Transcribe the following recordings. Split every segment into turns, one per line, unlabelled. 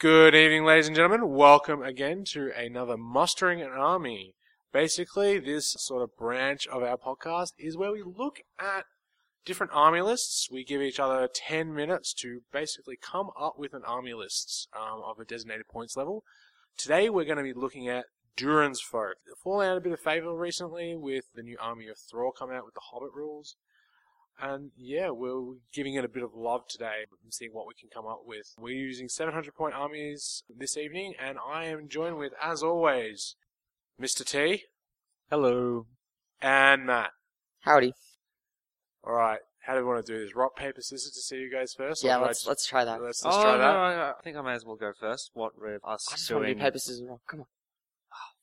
Good evening, ladies and gentlemen. Welcome again to another Mustering an Army. Basically, this sort of branch of our podcast is where we look at different army lists. We give each other 10 minutes to basically come up with an army list um, of a designated points level. Today, we're going to be looking at Durin's Folk. Fallen out a bit of favor recently with the new Army of Thrall coming out with the Hobbit rules. And yeah, we're giving it a bit of love today and seeing what we can come up with. We're using 700 point armies this evening, and I am joined with, as always, Mr. T
Hello.
and Matt.
Howdy.
All right, how do we want to do this? Rock, paper, scissors to see you guys first?
yeah,
Or do I
let's
just-
let's try that.
let's, let's
oh
try
no,
that.
I, I think I may as well go first. What with us
I just want to
doing?
do paper scissors rock. Come on.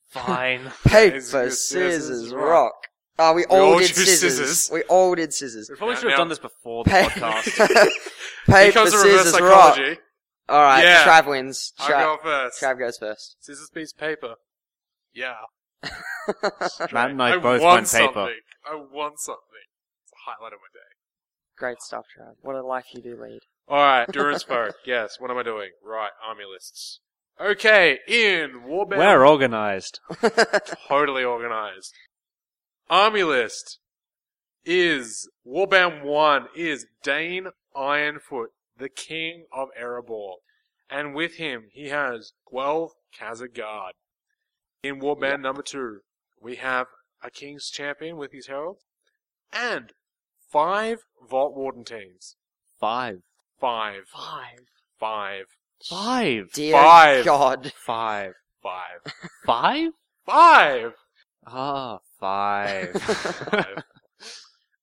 Fine.
Paper
scissors,
scissors,
rock.
rock. Oh, we, all,
all
did
choose
scissors.
scissors.
We all did scissors.
we probably
Now-
should have
now-
done this before the
Pa-
podcast.
Here
paper
comes the reverse
scissors rock.
psychology.
All right,
Yeah.
Trav wins.
I
Trav,
go first.
Trav goes first.
Scissors, piece, paper. Yeah. Straight.
Matt and I both
won
went paper.
Something. I won something. It's a highlight of my day.
Great stuff, Trav. What a life you do lead.
All right, Durance Folk. Yes. What am I doing? Right, army lists. Okay, in warbound,
We're organized.
totally organized. Army list is warbound one is Dane Ironfoot, the king of Erebor, and with him he has twelve Khazar Guard. In warband number two, we have a king's champion with his herald, and five Vault Warden teams.
Five.
Five,
Five.
five,
Five.
Dear
Five.
God.
Five.
five,
Five?
five.
Ah, five.
Five.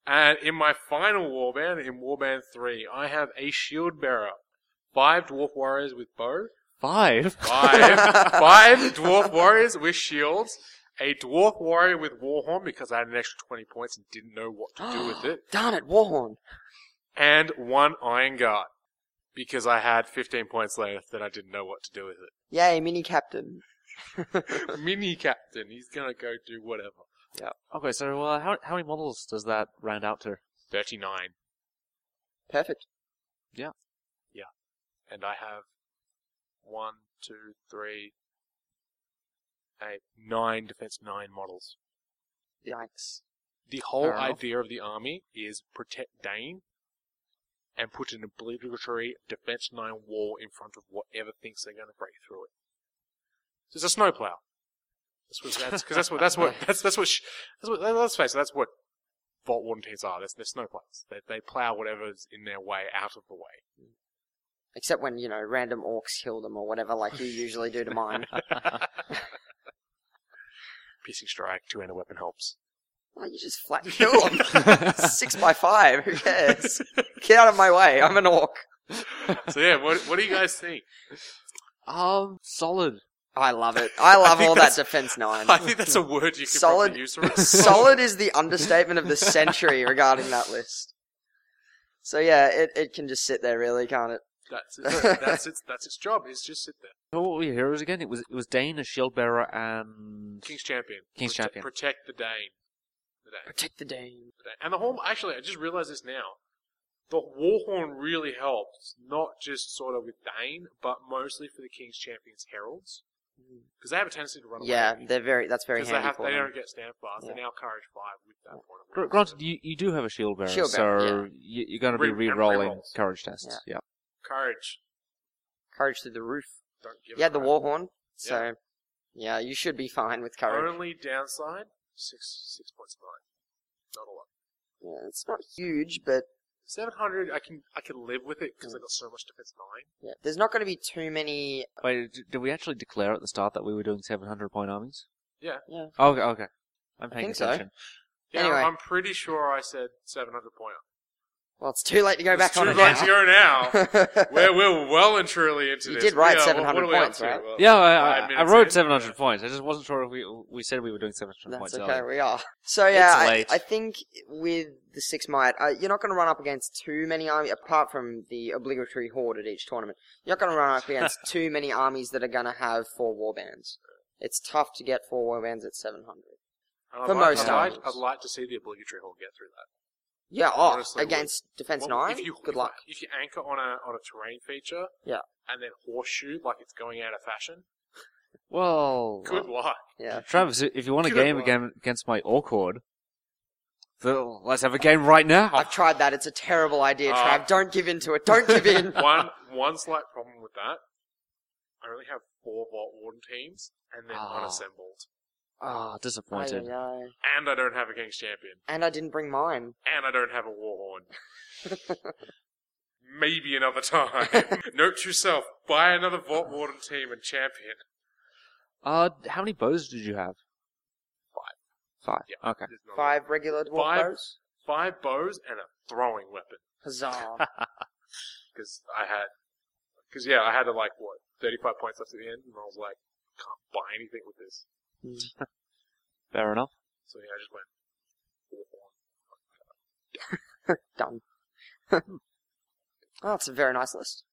and in my final warband, in warband three, I have a shield bearer, five dwarf warriors with bow,
five?
five, five dwarf warriors with shields, a dwarf warrior with warhorn because I had an extra twenty points and didn't know what to do with it,
Darn it, Warhorn.
and one iron guard because I had fifteen points left that I didn't know what to do with it.
Yay, mini captain.
Mini captain, he's gonna go do whatever.
Okay, so uh, how, how many models does that round out to?
Thirty nine,
Perfect.
and I have one, two, three, eight, nine defense nine models.
Yikes.
The whole
Fair enough.
idea of the army is protect Dane and put an obligatory defense nine wall in front of whatever thinks they're going to break through it. So it's a snowplow. That's what that's because that's what that's what that's that's what sh- that's what let's face it that's what vault warden teams are. They're, they're snowplows. They they plow whatever's in their way out of the way.
Except when, you know, random orcs kill them or whatever, like you usually do to mine.
Piercing strike, two handed weapon helps.
Why you just flat kill them? Six by five. Who cares? Get out of my way. I'm an orc.
so yeah, what what do you guys think?
um, solid.
I love it. I love
think
all
that's-
that defense nine.
I think that's a word you could
Solid-
probably use for it.
Solid is the understatement of the century regarding that list. So yeah, it, it can just sit there really, can't it?
That's its, that's its that's its job. Is just sit there.
So what were your heroes again? It was it was Dane, a shield bearer, and
King's champion.
King's
Prote-
champion.
Protect the Dane. The Dane.
Protect the Dane.
The Dane. And the whole. Actually, I just realized this now. The warhorn really helps, not just sort of with Dane, but mostly for the King's champions heralds, because they have a tendency to run
Mm. Yeah,
away.
they're very. That's very
because they
handy
have
for
they
them.
don't get stamp bars. They're
Yeah.
now courage five with that point. of
Gr-
weakness.
Granted, you, you do have a shield bearer,
Shield
so
bearer,
you, you're going to be
Re- and
re-rolling
rerolls.
courage tests. Yeah.
courage.
Courage through the roof.
Don't give.
Yeah,
a
the
crap.
Warhorn. So yeah, you should be fine with courage.
Only downside six six points of nine. Not a lot.
Yeah, it's not huge, but
Seven hundred, I can I can live with it because I got so much defense nine.
yeah, there's not going to be too many.
Wait, d- did we actually declare at the start that we were doing 700 point armies?
Yeah.
Yeah.
Okay, okay. I'm paying
think so.
attention.
Yeah,
Anyway.
I'm pretty sure I said seven hundred point.
Well, it's too late to go
It's
back
too
on it
late
now.
to go now. we're we're well and truly into
You
this.
did write
We are-
700
what are we up
points,
to?
right?
Well,
Yeah,
five
I, I, I
minutes
wrote
in.
700 points. I just wasn't sure if we we said we were doing 700
That's
points.
okay,
earlier.
we are. So
It's
yeah, I,
late.
I think with the six might, uh, you're not going to run up against too many armies apart from the obligatory horde at each tournament. You're not going to run up against too many armies that are going to have four warbands. It's tough to get four warbands at 700.
And I'd
For
like-
most
I'd like,
armies.
I'd like to see the obligatory hall get through that.
Yeah, oh,
Honestly,
against Defense
Well,
9?
If you,
Good
if-
luck.
If you anchor on a on a terrain feature,
Yeah.
and then horseshoe like it's going out of fashion,
Well,
good luck.
Yeah.
Travis, if you want a
Good
game
luck.
again against my Orchard, then let's have a game right now.
I've tried that. It's a terrible idea,
Uh,
Trav. Don't give in to it. Don't give in.
one one slight problem with that. I only have four Vault Warden teams, and they're
Ah.
unassembled,
Ah,
Ay,
disappointed.
ay, ay.
and I don't have a King's Champion,
And I didn't bring mine.
and I don't have a Warhorn. Maybe another time. Note to yourself: buy another Vault Warden team and champion.
Uh, how many bows did you have? Five.
Yeah.
Okay.
There's not a-
Five regular dwarf
Five.
bows.
five bows and a throwing weapon.
Huzzah.
because I had, because yeah, I had to like what thirty five points left at the end, and I was like, can't buy anything with this.
Fair enough.
So yeah, I just went. Hawthorn.
Done. oh, it's a very nice list.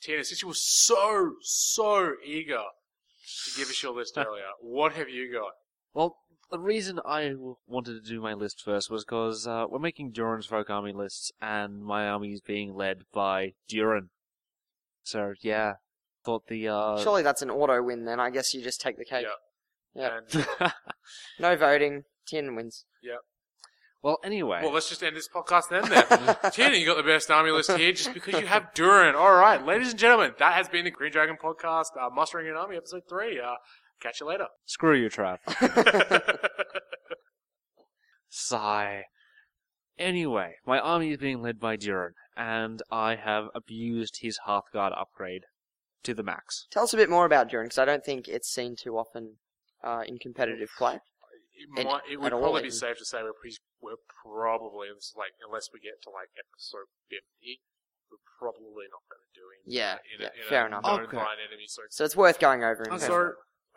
Tina, since you were so so eager to give us your list earlier, what have you got?
Well, the reason I w- wanted to do my list first was because uh, we're making Duran's folk army lists, and my army is being led by Duran. So yeah, thought the uh,
Surely that's an auto win then. I guess you just take the cake.
Yeah.
Yeah.
And,
No voting. Tien wins.
well, anyway,
well, let's just end this podcast then. Then, Tina, you got the best army list here just because you have Durin. All right, ladies and gentlemen, that has been the Green Dragon podcast, uh, mustering an army, episode three. Uh, catch you later.
screw you, Trav. Sigh. Anyway, my army is being led by Duran, and I have abused his Hearthguard upgrade to the max.
Tell us a bit more about Durin, because I don't think it's seen too often uh, in competitive play.
it,
And-
might, it would
and all
probably
that
be
you-
safe to say we're, pre- we're probably this is like unless we get to like episode fifty, we're probably not going to do it.
Yeah,
in
yeah,
a, in
fair
a
enough.
Known
Okay.
blind enemy. So,
So it's worth going over. and
Okay.
so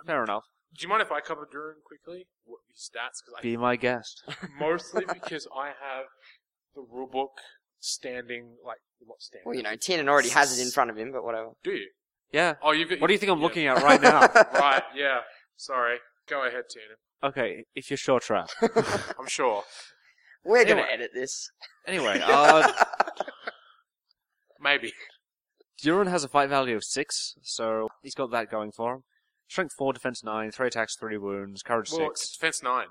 Fair enough.
do you mind if I cover Durin quickly? What his stats? Because
Be my guest.
mostly because I have the rulebook standing like not standing.
Well, you know, Tienan already has it in front of him, but whatever.
do you?
Yeah.
Oh, you got.
What do you think I'm
yeah.
looking at right now?
Right. Yeah. Sorry. Go ahead, Tina.
Okay, if you're sure, Trav.
I'm sure.
We're going
Anyway.
to edit this.
Anyway, uh,
Maybe.
Duran has a fight value of six, so he's got that going for him. Strength four, defense nine, three attacks, three wounds, courage
Well, it's
six.
defense nine.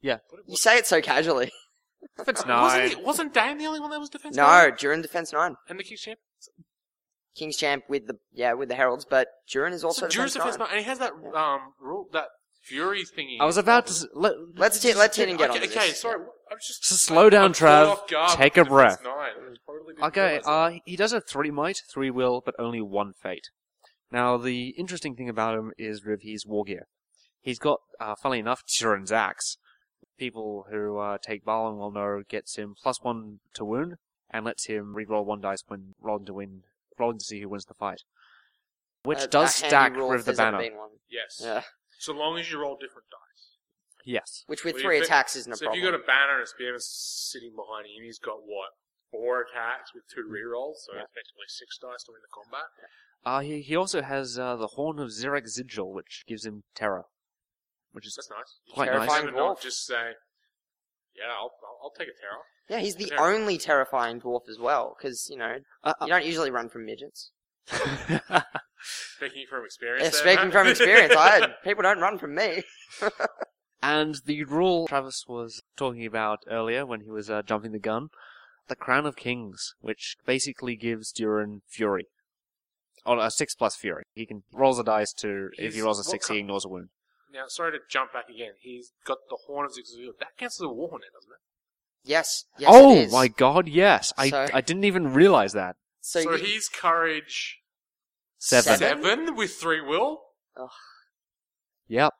Yeah.
What-
You say it so casually.
Defense
Wasn't,
nine.
it, wasn't Dane the only one that was defense?
No,
nine?
Durin defense nine.
And the King's Champ?
King's champ with the yeah with the heralds, but Durin is also
so Juris
defense,
defense
nine.
nine. And he has that um rule that fury thingy.
I was about to s- let,
Let's Tien, let Tienan get
okay,
on to
Okay,
this.
sorry. I was just
s- slow down,
I'm caught
Trav.
off guard
Take a
with defense
breath.
Nine. I totally didn't
Okay,
realize that.
uh, he does have three might, three will, but only one fate. Now, the interesting thing about him is with his war gear. He's got, uh, funnily enough, Turin's axe. People who uh, take Balin will know gets him plus one to wound and lets him re-roll one dice when rolling to win, rolling to see who wins the fight, which
A- a
does
handy
stack
Uh, rule if
with the
there's ever
banner.
been one.
yes.
Yeah,
So long as you roll different dice.
Yes,
which with
Well, you
three
fit-
attacks isn't a
so
problem.
if you got a banner and a spearman sitting behind you, and he's got what four attacks with two rerolls, so
Yeah.
effectively six dice to win the combat.
uh, he he also has uh, the horn of Xerek Sigil, which gives him terror, which is
That's nice.
Quite
You can
nice.
never not
Terrifying dwarf.
Just say, yeah, I'll, I'll, I'll take a terror.
yeah, he's the
Yeah.
only terrifying dwarf as well, because you know
Uh, uh,
you don't usually run from midgets.
Speaking from experience.
Yeah,
there,
speaking
Matt.
from experience, I people don't run from me.
And the rule Travis was talking about earlier when he was uh, jumping the gun, the Crown of Kings, which basically gives Durin fury. On a six plus fury, he can rolls a dice to. if he
He's-
rolls a
what
six,
ki-
he ignores a wound.
Now, sorry to jump back again. He's got the Horn of Zixazul. That counts as a war hornet, doesn't it?
Yes, yes, it
oh
is.
my God! Yes, I
So-
I didn't even realize that.
So,
so
you-
he's courage
Seven.
Seven?
seven? with three will.
Yep.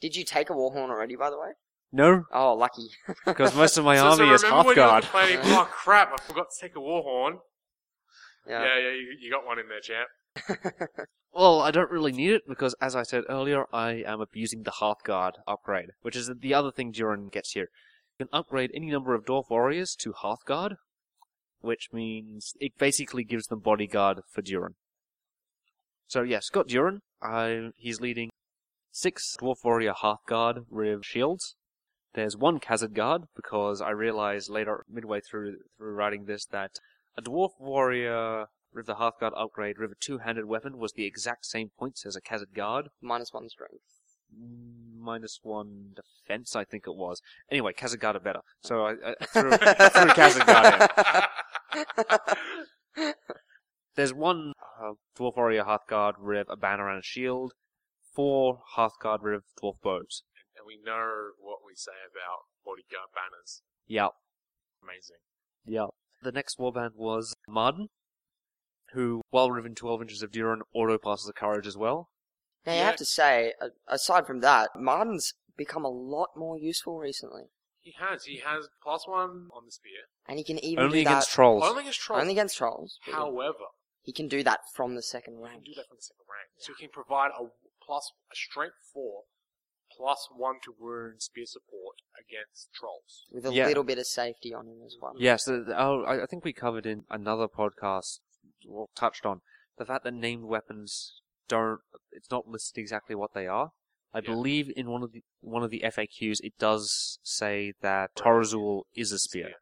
did you take a warhorn already, by the way?
No,
Oh, lucky.
because most of my
so, so
army is
remember when you were
Hearthguard.
complaining, oh crap, I forgot to take a war horn. Yeah,
Yeah.
yeah, you, you got one in there, champ.
Well, I don't really need it because, as I said earlier, I am abusing the Hearthguard upgrade, which is the other thing Durin gets here. You can upgrade any number of Dwarf Warriors to Hearthguard, which means it basically gives them bodyguard for Durin. So, yes, got Durin. I, he's leading six Dwarf Warrior Hearthguard with shields, There's one Khazad guard because I realized later, midway through through writing this, that a dwarf warrior River Hearthguard upgrade River two-handed weapon was the exact same points as a Khazad guard
Minus one strength.
minus one defense, I think it was. Anyway, Khazad guard are better, so I, I threw, I threw Khazad guard in. There's one uh, Dwarf Warrior Hearthguard Riv, a banner and a shield. Four Hearthguard Riv Dwarf Bows.
and we know what we say about bodyguard banners.
Yeah,
Amazing.
yeah. The next warband was Marden, who, while Riven 12 inches of Duran, auto passes a courage as well.
Now you
Yeah.
have to say, a- aside from that, Martin's become a lot more useful recently,
He has. He has plus one on the spear.
and he can even
Only
do
against
that
trolls.
Only against trolls.
only against trolls. but
However,
he can do that from the second
we can
round.
do that from the second rank. So he can provide a plus a strength four, plus one to wound spear support against trolls.
with a
Yeah.
little bit of safety on him as well.
Yes, uh, th- oh, I I think we covered in another podcast, or touched on, the fact that named weapons don't, it's not listed exactly what they are. I
Yeah.
believe in one of the one of the FAQs it does say that Torazul is a spear.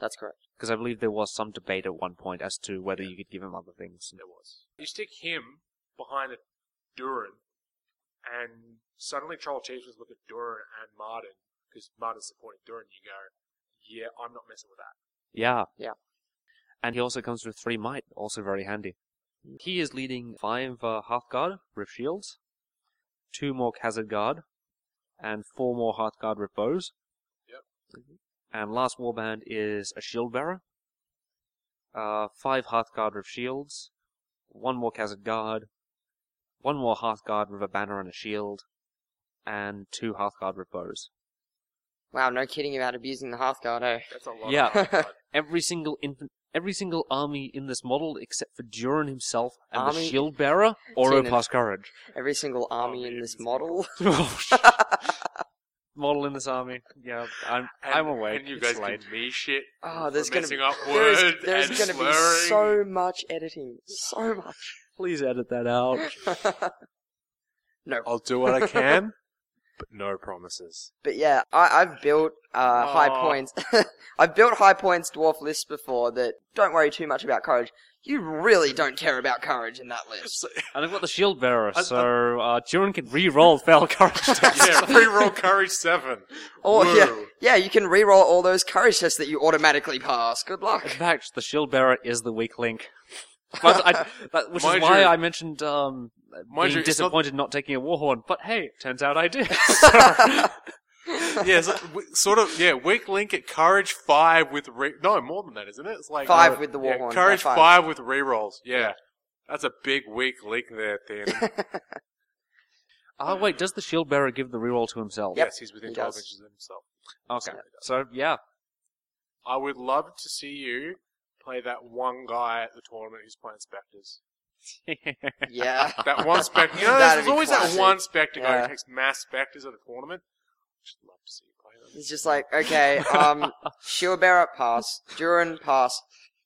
That's correct.
because I believe there was some debate at one point as to whether you could give him other things.
There was. You stick him behind a Durin, and suddenly troll chasers look at Durin and Martin because Martin's supporting Durin. You go, yeah, I'm not messing with that.
Yeah,
Yeah.
And he also comes with three might, also very handy. He is leading five uh, Hearthguard Rift Shields, two more Khazad Guard, and four more Hearthguard Rift Bows.
Yep.
And last warband is a Shield Bearer, uh, five Hearthguard Rift Shields, one more Khazad Guard, one more Hearthguard with a banner and a shield, and two Hearthguard Rift Bows.
Wow, no kidding about abusing the Hearthguard, eh?
That's a lot.
Yeah.
Of hard
every single infant, every single army in this model except for Durin himself and the
Army-
shield bearer or
Tina.
Opa's courage. Oh,
Every single
Oh,
army in this model.
model in this army. Yeah, I'm I'm away.
And you guys
it's late.
give me shit.
Oh, there's
for
gonna
messing
be,
up
there's,
words
there's
and
gonna be
slurring.
so much editing, so much.
Please edit that out.
no,
I'll do what I can, but no promises.
but yeah, I, I've built uh, high
Aw.
points. I've built high points dwarf lists before that don't worry too much about courage. You really don't care about courage in that list.
And I've got the shield bearer,
I- I-
so uh, Durin can re-roll fail courage. tests.
yeah, pre-roll courage seven.
Or
Woo.
Oh, yeah, yeah, you can re-roll all those courage tests that you automatically pass. Good luck.
In fact, the shield bearer is the weak link. But I, that, which
Mind
is why
you-
I mentioned um,
Mind
being
you, it's not-
disappointed not... taking a warhorn. But hey, turns out I did. So-
yeah, so, w- sort of. Yeah, weak link at courage five with re- no more than that, isn't it? It's like
Five with the
yeah,
warhorn,
Courage
high
five.
five.
with rerolls. Yeah. that's a big weak link there, Thin.
Oh wait, does the shield bearer give the reroll to himself?
Yep.
Yes, he's within
He
twelve
does.
inches of himself.
Okay. So yeah,
I would love to see you play that one guy at the tournament who's playing specters.
yeah.
That one specter. You know,
That'd
there's
be
always
classic.
that one specter guy
Yeah.
who takes mass specters at a tournament. Just love to see you play them.
It's just like, okay, um, Shield Bearer pass, Durin pass.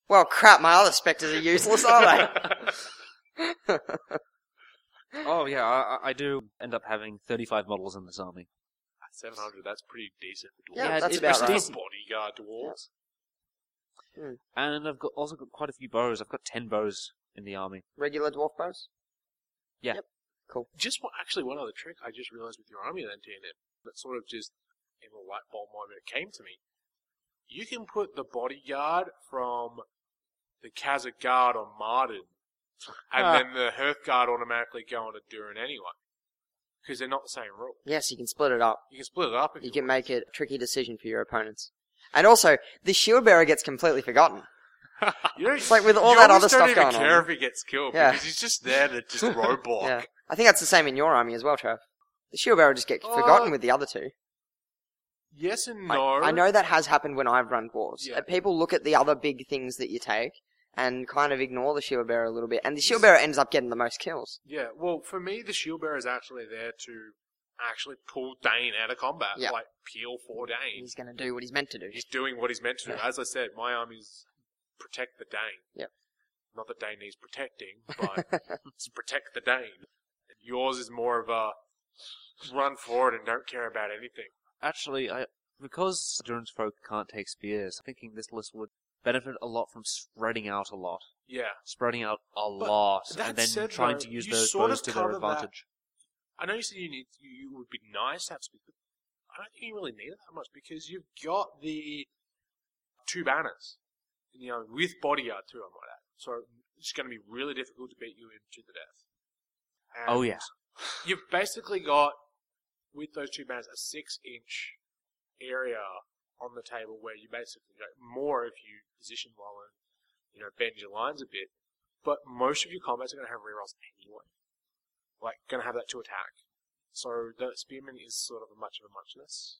Well, crap, my other specters are useless, aren't they?
oh yeah, I, I- I do end up having 35 models in this army.
700, that's pretty decent for dwarves.
Yeah,
Yeah,
that's
it-
about
it's
Especially
right.
for bodyguard dwarves.
And I've got also got quite a few bows. I've got 10 bows in the army.
Regular dwarf bows?
Just one, actually, one other trick I just realized with your army then, TNM, that sort of just in a light bulb moment it came to me. You can put the bodyguard from the Khazak guard on Martin, and
Ah.
then the Hearth guard automatically go on to Durin anyway. Because they're not the same rule.
Yes, you can split it up.
You can split it up if
You
you,
can make it a tricky decision for your opponents. And also, the Shield Bearer gets completely forgotten.
you don't,
It's like with all
you
that
almost
other
don't
stuff
even
going
care
on.
if he gets killed
Yeah.
because he's just there to just roadblock.
Yeah. I think that's the same in your army as well, Trev. The Shield Bearer just gets
Uh,
forgotten with the other two.
Yes and
I-
no.
I, know that has happened when I've run dwarves.
Yeah.
Uh, People look at the other big things that you take and kind of ignore the shield bearer a little bit, and the shield bearer ends up getting the most kills.
Yeah, well, for me, the shield bearer is actually there to actually pull Dane out of combat,
Yeah. Mm-hmm.
like peel for Dane.
He's going to do what he's meant to do.
He's doing what he's meant to do. As I said, my armies protect the Dane.
Yep.
Not that Dane needs protecting, but it's protect the Dane. Yours is more of a run forward and don't care about anything.
actually, I because Durance folk can't take spears, I'm thinking this list would benefit a lot from spreading out a lot,
Yeah.
spreading out a
But
lot,
that
and then
said,
trying
though,
to use
you
those
sort
bows
of
to their
covered that.
advantage.
I know you said you need you would be nice to have speed, but I don't think you really need it that much because you've got the two banners, you know, with body art too. I might add, so it's going to be really difficult to beat you into the death. And
Oh, yeah.
you've basically got with those two banners a six-inch area on the table where you basically go more if you position well and you know bend your lines a bit. But most of your combats are going to have rerolls anyway, like going to have that to attack. So the spearman is sort of a much of a muchness.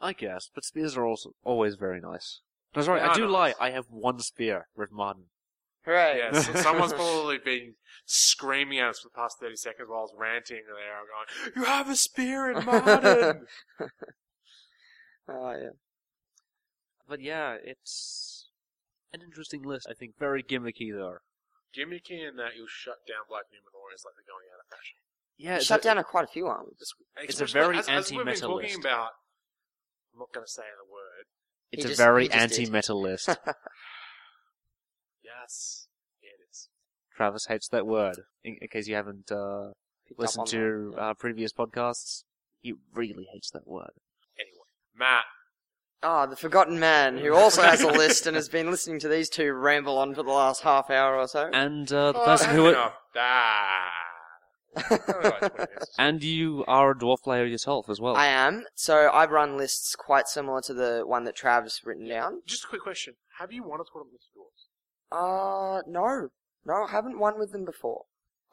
I guess, but spears are also always very nice. No, sorry,
They
I
are
do lie.
nice.
I have one spear with Martin.
Hooray!
Yeah, so someone's probably been screaming at us for the past thirty seconds while I was ranting there. I'm going, "You have a spear in Martin."
Oh, yeah.
But yeah, it's an interesting list. I think very gimmicky though.
Gimmicky in that you'll shut down Black Numenorians like they're going out of fashion.
Yeah,
Shut down a quite a few armies.
It's,
It's a
especially
very
as, as we've been
anti-meta
talking
list.
about. I'm not going to say the word.
It's
He
a
just- he
very
just did.
anti-meta list.
Yes, it is.
Travis hates that word. In, in case you haven't uh,
Picked up
listened
on
to
that.
uh, previous podcasts, he really hates that word.
Anyway, Matt,
Ah, the forgotten man who also has a list and has been listening to these two ramble on for the last half hour or so.
And uh, the
Oh,
person who
enough. Ah. Oh, right, 20 minutes.
and you are a dwarf player yourself as
oh.
well.
I am. So I run lists quite similar to the one that Trav's written down.
Just a quick question: Have you won a tournament with your dwarves?
Uh, no. No, I haven't won with them before.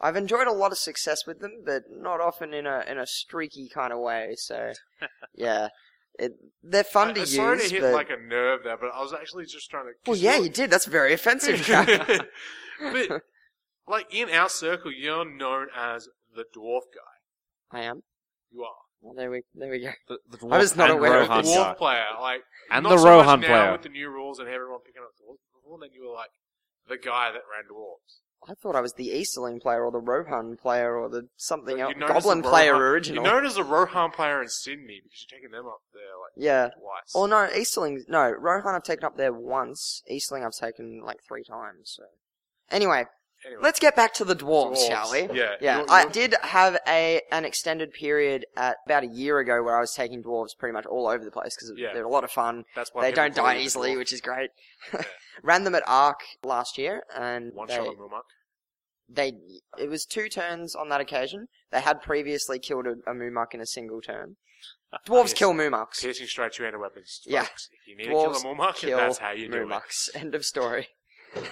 I've enjoyed a lot of success with them, but not often in a in a streaky kind of way. So, yeah, it, they're fun to
I- I'm
use.
sorry to hit
but,
like a nerve there, but I was actually just trying to.
well, yeah, you did. That's very offensive. Trav.
but like in our circle, you're known as the dwarf guy.
I am.
You are.
Well, there we there we go.
the, the dwarf
I was not
and
aware of
Rohan
this.
dwarf
guy.
player, like
and
not
the
so
Rohan
much now
player.
with the new rules and everyone picking up dwarves. Before then, you were like the guy that ran dwarves.
I thought I was the Easterling player or the Rohan player or the something else.
You're known as
Goblin
the
player
Rohan-
original.
You're known as the Rohan player in Sydney because you're taking them up there like
yeah.
twice.
Or no, Easterling. No, Rohan I've taken up there once. Easterling I've taken like three times. So. Anyway,
anyway,
let's get back to the dwarves,
dwarves.
shall we?
Yeah.
Yeah,
You're-
I
you're-
did have a an extended period at about a year ago where I was taking dwarves pretty much all over the place because
Yeah.
they're a lot of fun.
that's why
they
people
don't
call you
die
the
easily,
dwarf.
which is great. Ran them at Arc last year, and
One
they,
shot of Mumak.
they it was two turns on that occasion. They had previously killed a, a Moomuck in a single turn. Dwarves
Yes.
Uh, kill Moomucks.
Piercing straight to end weapons.
Yeah.
folks. If you need to
Dwarves
kill a Mumak,
kill
that's how you do it.
Moomucks. End of story.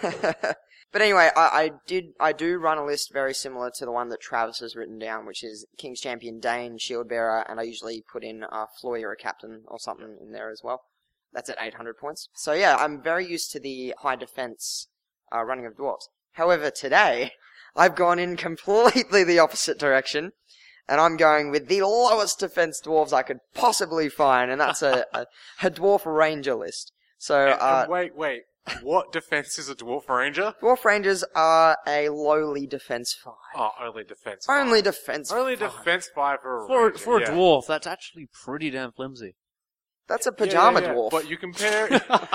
but anyway, I, I did I do run a list very similar to the one that Travis has written down, which is King's Champion Dane, Shieldbearer, and I usually put in uh, Floyer, a captain or something in there as well. That's at 800 points. So yeah, I'm very used to the high defense uh, running of dwarves. However, today I've gone in completely the opposite direction, and I'm going with the lowest defense dwarves I could possibly find, and that's a, a, a dwarf ranger list. So
And-
uh,
and wait, wait. What defense is a dwarf ranger?
Dwarf Rangers are a lowly defense five.
Oh, only defense. five.
Only defense
only
five.
defense five for a
For,
ranger,
for
yeah.
a dwarf, that's actually pretty damn flimsy.
That's a
Yeah, yeah,
pajama
yeah.
dwarf.
But you compare,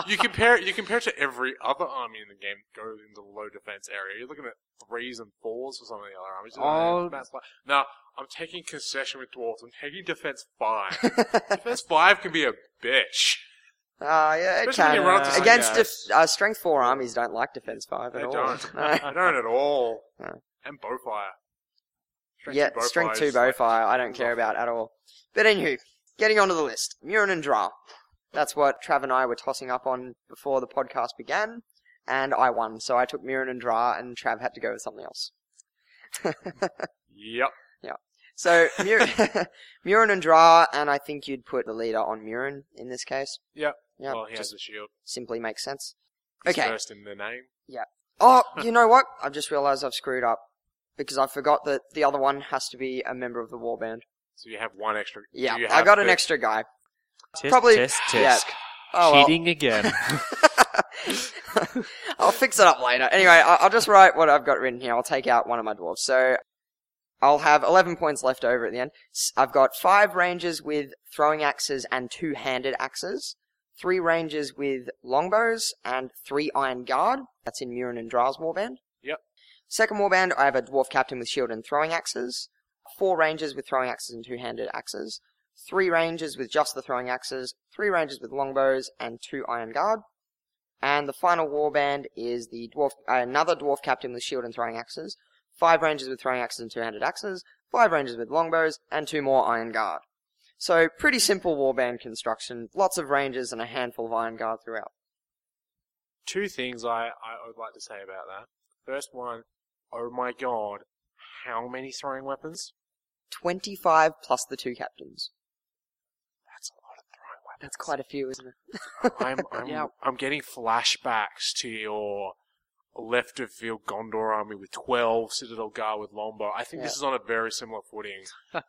you compare, you compare it to every other army in the game that goes into the low defense area. You're looking at threes and fours for some of the other armies. You're like,
Oh.
that's like- now I'm taking concession with dwarves. I'm taking defense five. defense five can be a bitch.
Ah, yeah, it
Especially when
can.
you run up to
something
Against def-
else.
uh, strength four armies don't like defense five
They
at all.
don't.
No.
I don't at all.
No.
And bowfire.
yeah,
two bowfire
strength two
is like-
bowfire. I don't care about at all. But anywho, getting onto the list, Murin and Dra. That's what Trav and I were tossing up on before the podcast began, and I won. So I took Murin and Dra, and Trav had to go with something else.
Yep.
So Mur- Murin and Dra, and I think you'd put the leader on Murin in this case.
Yep.
Yeah.
well, he has
just
the shield.
simply makes sense.
He's
Okay.
first in the name.
Oh, you know what? I've just realised I've screwed up because I forgot that the other one has to be a member of the warband.
So you have one extra.
Yeah,
do you
I
have
got an
the-
extra guy.
Tisk,
Probably-
tisk,
yeah.
tisk.
Oh well.
Cheating again.
I'll fix it up later. Anyway, I- I'll just write what I've got written here. I'll take out one of my dwarves. So I'll have 11 points left over at the end. S- I've got five rangers with throwing axes and two handed axes, three rangers with longbows, and three iron guard. That's in Murin and Draal's warband.
Yep.
Second warband, I have a dwarf captain with shield and throwing axes, four rangers with throwing axes and two handed axes, three rangers with just the throwing axes, three rangers with longbows, and two iron guard. And the final warband is the dwarf, uh, another dwarf captain with shield and throwing axes, five rangers with throwing axes and two-handed axes, five rangers with longbows, and two more iron guard. So pretty simple warband construction. Lots of rangers and a handful of iron guard throughout.
Two things I, I would like to say about that. First one, oh my god, how many throwing weapons?
Twenty-five plus the two captains.
That's a lot of throwing weapons.
That's quite a few, isn't it?
I'm I'm,
Yeah.
I'm getting flashbacks to your left of field Gondor army with twelve Citadel Guard with Longbow. I think this
Yeah.
is on a very similar footing.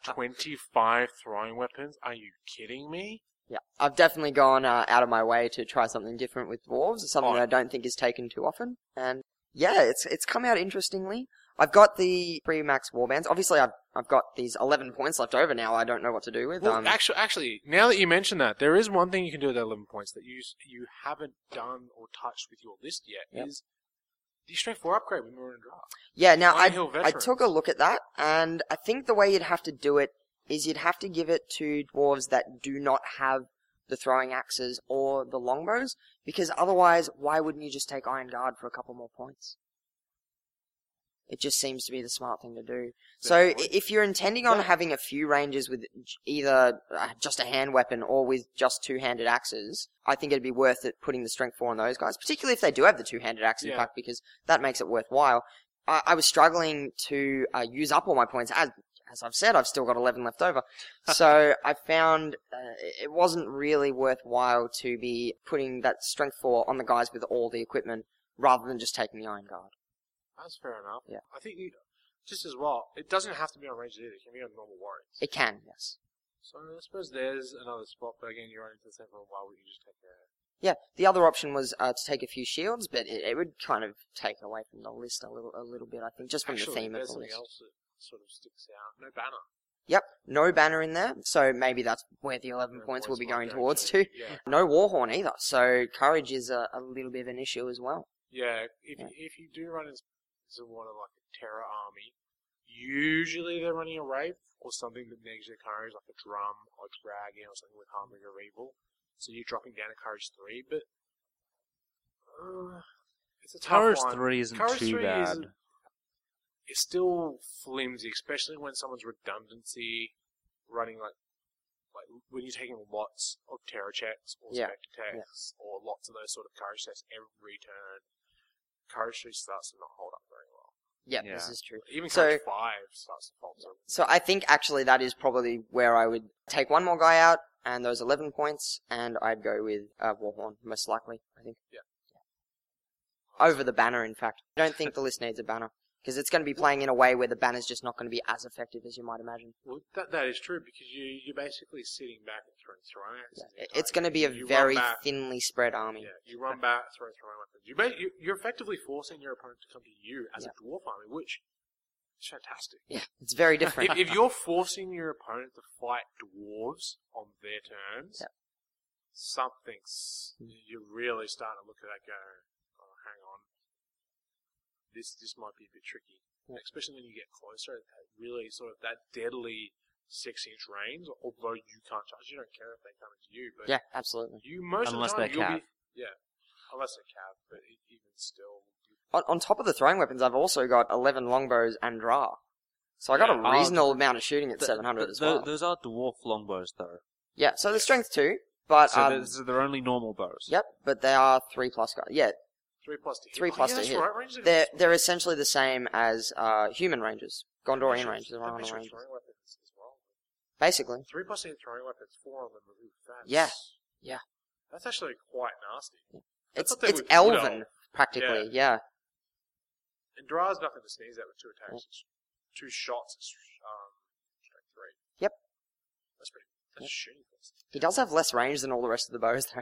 Twenty five throwing weapons? Are you kidding me?
Yeah, I've definitely gone uh, out of my way to try something different with dwarves. It's something
Oh.
that I don't think is taken too often, and yeah, it's it's come out interestingly. I've got the pre max warbands. Obviously, I've I've got these eleven points left over now. I don't know what to do with.
Well,
um,
actually, actually, now that you mention that, there is one thing you can do with that eleven points that you s- you haven't done or touched with your list yet
Yep.
is the strength four upgrade with Maroon Draft.
Yeah, now
Iron
I,
Hill
I
veterans.
took a look at that, and I think the way you'd have to do it is you'd have to give it to dwarves that do not have the throwing axes or the longbows, because otherwise, why wouldn't you just take Iron Guard for a couple more points? It just seems to be the smart thing to do. So
Fair
i-
point.
if you're intending on
Yeah.
having a few rangers with j- either uh, just a hand weapon or with just two-handed axes, I think it'd be worth it putting the strength four on those guys, particularly if they do have the two-handed axe. In
Yeah.
fact, because that makes it worthwhile. I, I was struggling to uh, use up all my points. As, as I've said, I've still got 11 left over. so I found uh, it- it wasn't really worthwhile to be putting that strength four on the guys with all the equipment rather than just taking the iron guard.
That's fair enough.
Yeah.
I think you, just as well, it doesn't have to be on rangers either. It can be on normal warriors.
It can, yes.
So I suppose there's another spot, but again, you're only to the same one. Why would you just take a
Yeah, the other option was uh, to take a few shields, but it, it would kind of take away from the list a little, a little bit. I think just from
Actually,
the theme of
there's
the
something
list.
else that sort of sticks out. No banner.
Yep, no banner in there, so maybe that's where the eleven
No
points will be
might
going
go
towards
to-
too.
Yeah,
No warhorn either, so courage is a, a little bit of an issue as well.
yeah. If
Yeah.
if you do run as as a one of like a terror army, usually they're running a wraith or something that negates their courage, like a drum or dragon or something with harming or evil. So you're dropping down to courage three, but uh, it's a tough
Courage
one.
three isn't
Courage
too
three
bad.
isn't- it's still flimsy, especially when someone's redundancy running like like when you're taking lots of terror checks or
Yeah,
spectre checks or lots of those sort of courage checks every turn. Courage three starts to not hold up very well.
Yep,
Yeah.
this is true.
Even
So-
courage five starts to falter.
So I think actually that is probably where I would take one more guy out and those eleven points, and I'd go with uh, warhorn most likely. I think over the banner. In fact, I don't think the list needs a banner because it's going to be playing in a way where the banner's just not going to be as effective as you might imagine.
Well, that that is true because you you're basically sitting back and throwing throwing axes. the
It-
entire
It's going to be a
game. You run
very
back-
thinly spread army.
Yeah, you run back, throw throwing weapons. You, ba- you you're effectively forcing your opponent to come to you as a dwarf army, which is fantastic.
yeah it's very different.
if, if you're forcing your opponent to fight dwarves on their terms,
Yeah.
something's you're really starting to look at that. Go, oh, hang on, this this might be a bit tricky, especially when you get closer. at That really sort of that deadly six inch range. Although you can't touch, you don't care if they come into you, but
yeah, absolutely.
you most
Unless
of the
they're
time you'll be
cav.
yeah, unless they're cav, but e- even still, you-
On, on top of the throwing weapons, I've also got 11 longbows and Ra. So I got
Yeah,
oh,
a reasonable amount of shooting at
Th-
700
th-
as
tho-
well.
Those are dwarf longbows, though.
yeah, so the strength too, but
So
um,
they're, so they're only normal bows.
yep, but they are three plus guys. Yeah,
three plus to hit.
Three
Oh,
plus
yeah,
to
that's
hit.
Right, ranges are-
they're they're essentially the same as uh, human rangers, Gondorian
Pretty
rangers,
sure-
Rhino
pretty sure
rangers,
throwing weapons as well.
basically.
Three plus eight throwing weapons, four on the move. That's,
Yeah, yeah.
That's actually quite nasty. I
It's
thought they
it's
were good
elven
elf.
practically. Yeah.
And Dra's nothing to sneeze at with two
Mm.
attacks. It's Two shots, it's, um, strike three.
Yep.
That's pretty. That's shooting. force.
he does have less range than all the rest of the bows though.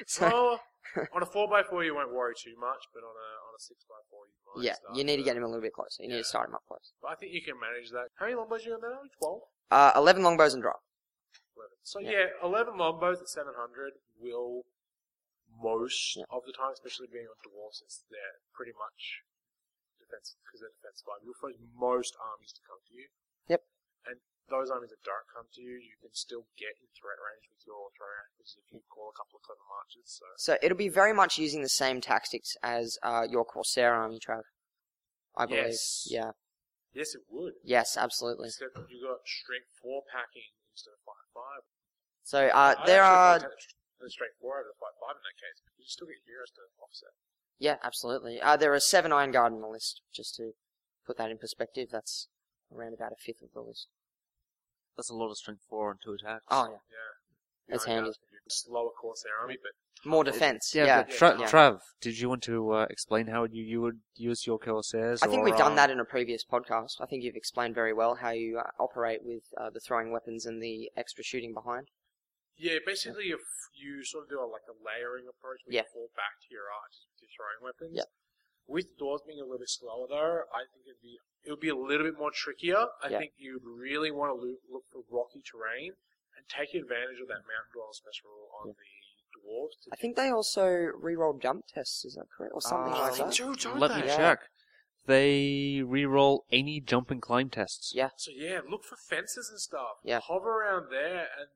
So
Well, on a four x four, you won't worry too much, but on a on a six x four, you might.
yeah,
start
you need
to-
to get him a little bit closer. You need
Yeah.
to start him up close.
But I think you can manage that. How many longbows you got now? Twelve.
Uh, 11 longbows and drop.
11. So
Yeah.
yeah, eleven longbows at seven hundred will most
Yeah.
of the time, especially being on dwarves, since they're pretty much defense because they're defense five. You'll force most armies to come to you.
Yep.
And those armies that don't come to you, you can still get in threat range with your throw actors if you call a couple of clever marches. So
So it'll be very much using the same tactics as uh, your Corsair army, Trav. I believe.
Yes.
Yeah.
yes, it would.
Yes, absolutely.
Except you got strength four packing instead of fight five.
So uh,
I'd
there are.
actually take the strength four over the fight five in that case. because You still get heroes to offset.
Yeah, absolutely. Uh, there are seven Iron Guard on the list, just to put that in perspective. That's around about a fifth of the list.
That's a lot of strength four and two attacks.
Oh, yeah.
Yeah.
That's
Iron
handy.
Guards can do Slower Corsair army, but
More defense. Yeah.
but Tra-
yeah.
Trav, did you want to uh, explain how you, you would use your Corsairs?
I think
or,
we've
um,
done that in a previous podcast. I think you've explained very well how you uh, operate with uh, the throwing weapons and the extra shooting behind.
yeah, basically if you sort of do a, like a layering approach where
Yeah.
you fall back to your archers with your throwing weapons.
Yeah.
With doors being a little bit slower though, I think it'd be it would be a little bit more trickier. I
Yeah.
think you'd really want to look, look for rocky terrain and take advantage of that mountain dwell special rule on the dwarves. To
I think they also reroll jump tests, is that correct? Or something
Ah,
I
like
think
that.
so, don't
Let
they?
me
Yeah.
check. They re-roll any jump and climb tests.
Yeah.
So yeah, look for fences and stuff.
Yeah.
Hover around there and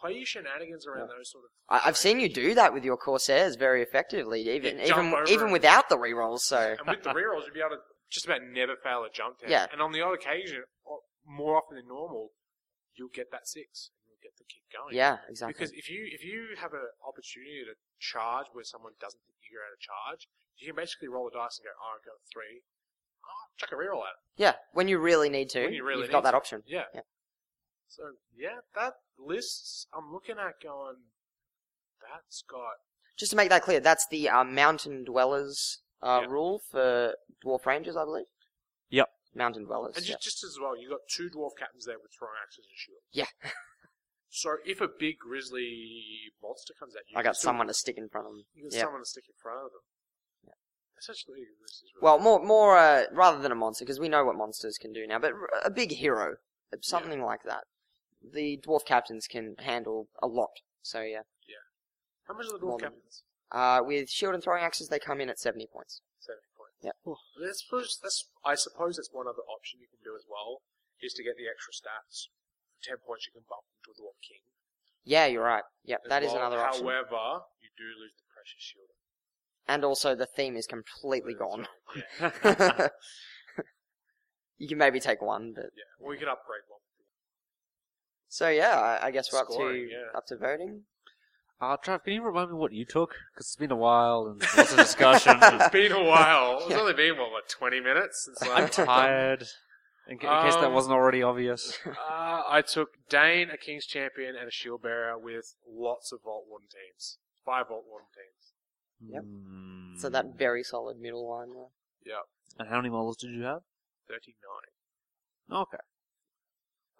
play your shenanigans around those sort of.
I, I've seen you do that with your Corsairs very effectively, even
Yeah, jump
even
over
even
it.
without the rerolls. So
And with the rerolls, you'd be able to just about never fail a jump test.
Yeah.
And on the odd occasion, or more often than normal, you'll get that six. and You'll get to keep going.
yeah, exactly.
Because if you if you have an opportunity to charge where someone doesn't think you're going to charge, you can basically roll the dice and go, oh, I've got a three. Oh, chuck a reroll at it.
yeah, when you really need to,
When you really
have got
need
that
to.
option.
Yeah.
Yeah.
So, yeah, that lists I'm looking at going, that's got
Just to make that clear, that's the uh, Mountain Dwellers uh,
Yeah.
rule for Dwarf Rangers, I believe.
Yep.
Mountain Dwellers.
And just, just as well, you got two dwarf captains there with throwing axes and shields.
Yeah.
So if a big grizzly monster comes at you,
yeah. I
you
got
still-
someone to stick in front of them.
You got
Yeah.
someone to stick in front of them. Essentially, this is really
Well, more more uh, rather than a monster, because we know what monsters can do now, but r- a big hero, something like that. The dwarf captains can handle a lot. So yeah,
how much are the
well,
dwarf captains?
uh, with shield and throwing axes, they come in at seventy points.
Seventy points.
Yeah.
That's, plus- that's I suppose that's one other option you can do as well is to get the extra stats. For ten points, you can bump into a dwarf king.
Yeah, you're right. Yep,
as
that is
well.
another option.
However, you do lose the precious shield.
And also, the theme is completely gone.
Yeah.
you can maybe take one, but
yeah. Well, you can upgrade one.
so yeah, I, I guess we're up
Scoring,
to
yeah.
up to voting.
Uh, Trav, can you remind me what you took? Because it's been a while and lots of discussion.
It's been a while. It's only been what, what twenty minutes since
I'm
last
tired. In, ca- in case that
Um,
wasn't already obvious.
Uh, I took Dane, a King's Champion, and a Shield Bearer with lots of Vault Warden teams. Five Vault Warden teams.
Yep.
Hmm.
So that very solid middle line. There.
Yep.
And how many models did you have?
39.
Okay.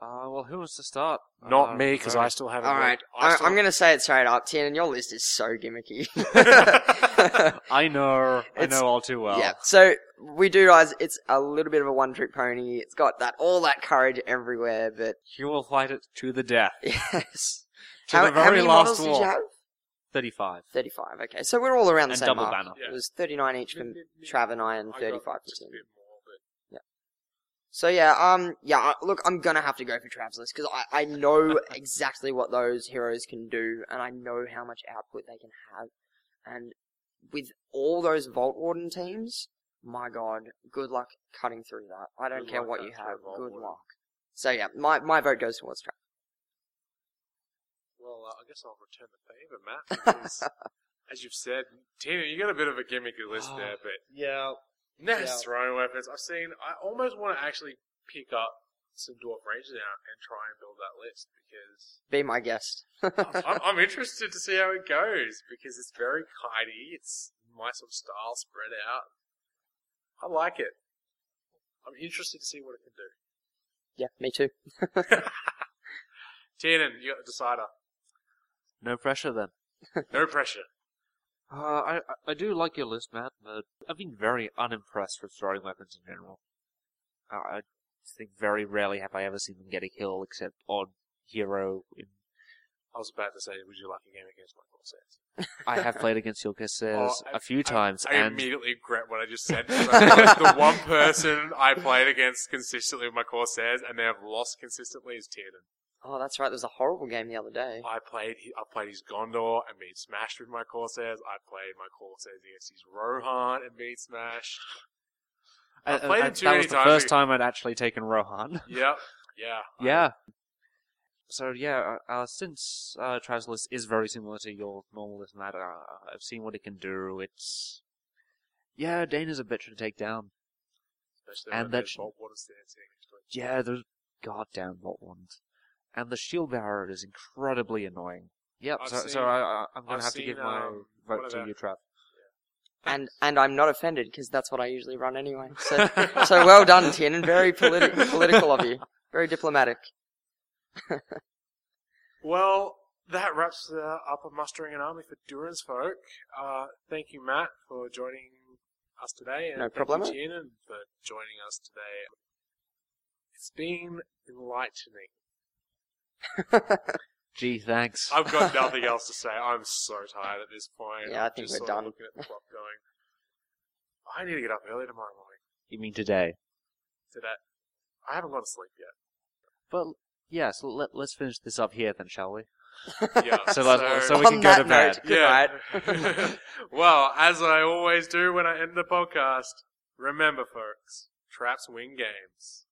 Uh, well, who wants to start? Uh,
Um,
Barry.
still haven't.
All right, I, I'm going to say it straight up, Tien. Your list is so gimmicky.
I know, I
It's-
know all too well.
Yeah. So we do realize it's a little bit of a one trick pony. It's got that all that courage everywhere, but
You will fight it to the death.
yes.
To
how,
the
how
very
many
last
models did
war.
you have?
35.
Thirty five, okay. So we're all around the
And
same
double
mark.
banner.
Yeah.
It was thirty nine each for Trav and I and thirty five for
just a
Tim.
bit more, but
So yeah, um yeah, I- look, I'm gonna have to go for Trav's list because I, I know exactly what those heroes can do and I know how much output they can have. And with all those Vault Warden teams, my god, good luck cutting through that. I don't
Good
care
luck
what you
cutting through
have,
a Vault
good
Warden.
luck. So yeah, my, my vote goes towards Trav.
well, uh, I guess I'll return the favor, Matt. Because, as you've said, Tina, you got a bit of a gimmicky list there, but
Yeah.
nice
Yeah.
throwing weapons. I've seen. I almost want to actually pick up some dwarf rangers now and try and build that list because
Be my guest.
I'm, I'm interested to see how it goes because it's very kitey. It's my sort of style, spread out. I like it. I'm interested to see what it can do.
yeah, me too.
Tiernan, you got the decider.
No pressure then.
No pressure.
Uh, I I- I do like your list, Matt, but I've been very unimpressed with throwing weapons in general. Uh, I think very rarely have I ever seen them get a kill except odd hero. In,
I was about to say, would you like a game against Michael Sands?
I have played against Yulka says
Oh, I-
a few times,
I
and
immediately regret what I just said. So, like, the one person I played against consistently with my Corsairs and they have lost consistently is Tiernan.
Oh, that's right. There was a horrible game the other day.
I played I played his Gondor and being smashed with my Corsairs. I played my Corsairs against his Rohan and being smashed. I
and-
played
and
it too
that
many
was the
times.
first time I'd actually taken Rohan.
Yep. Yeah.
yeah. So yeah, uh, uh, since uh, Trav's list is very similar to your normal list, Matt, uh, I've seen what it can do. It's yeah, Dana's a bitch to take down.
Especially
And
when
that
there's
sh-
Bolt Water Sands sitting next to it.
Yeah, those goddamn lot ones. And the shield bearer is incredibly annoying. Yep,
I've
so, so
seen-
I, I- I'm going
I've
to have
seen,
to give my
um, one
vote
of
to
their-
you, Trav.
And and I'm not offended because that's what I usually run anyway. So so well done, Tiernan. Very politi- political of you. Very diplomatic.
Well, that wraps uh, up a mustering an army for Durin's folk. Uh, thank you, Matt, for joining us today, and
No
thank
problemo.
you, Tiernan, for joining us today. It's been enlightening.
Gee, thanks.
I've got nothing else to say. I'm so tired at this point.
Yeah, I
I'm
think
just
we're
sort of
done.
Looking at the clock, going, I need to get up early tomorrow morning.
you mean today?
Today, I haven't gone to sleep yet.
But, yeah, so let, let's finish this up here then, shall we?
Yeah,
So let's- so we
On
can
that
go to
note,
bed.
good night.
well, as I always do when I end the podcast, remember, folks, traps win games.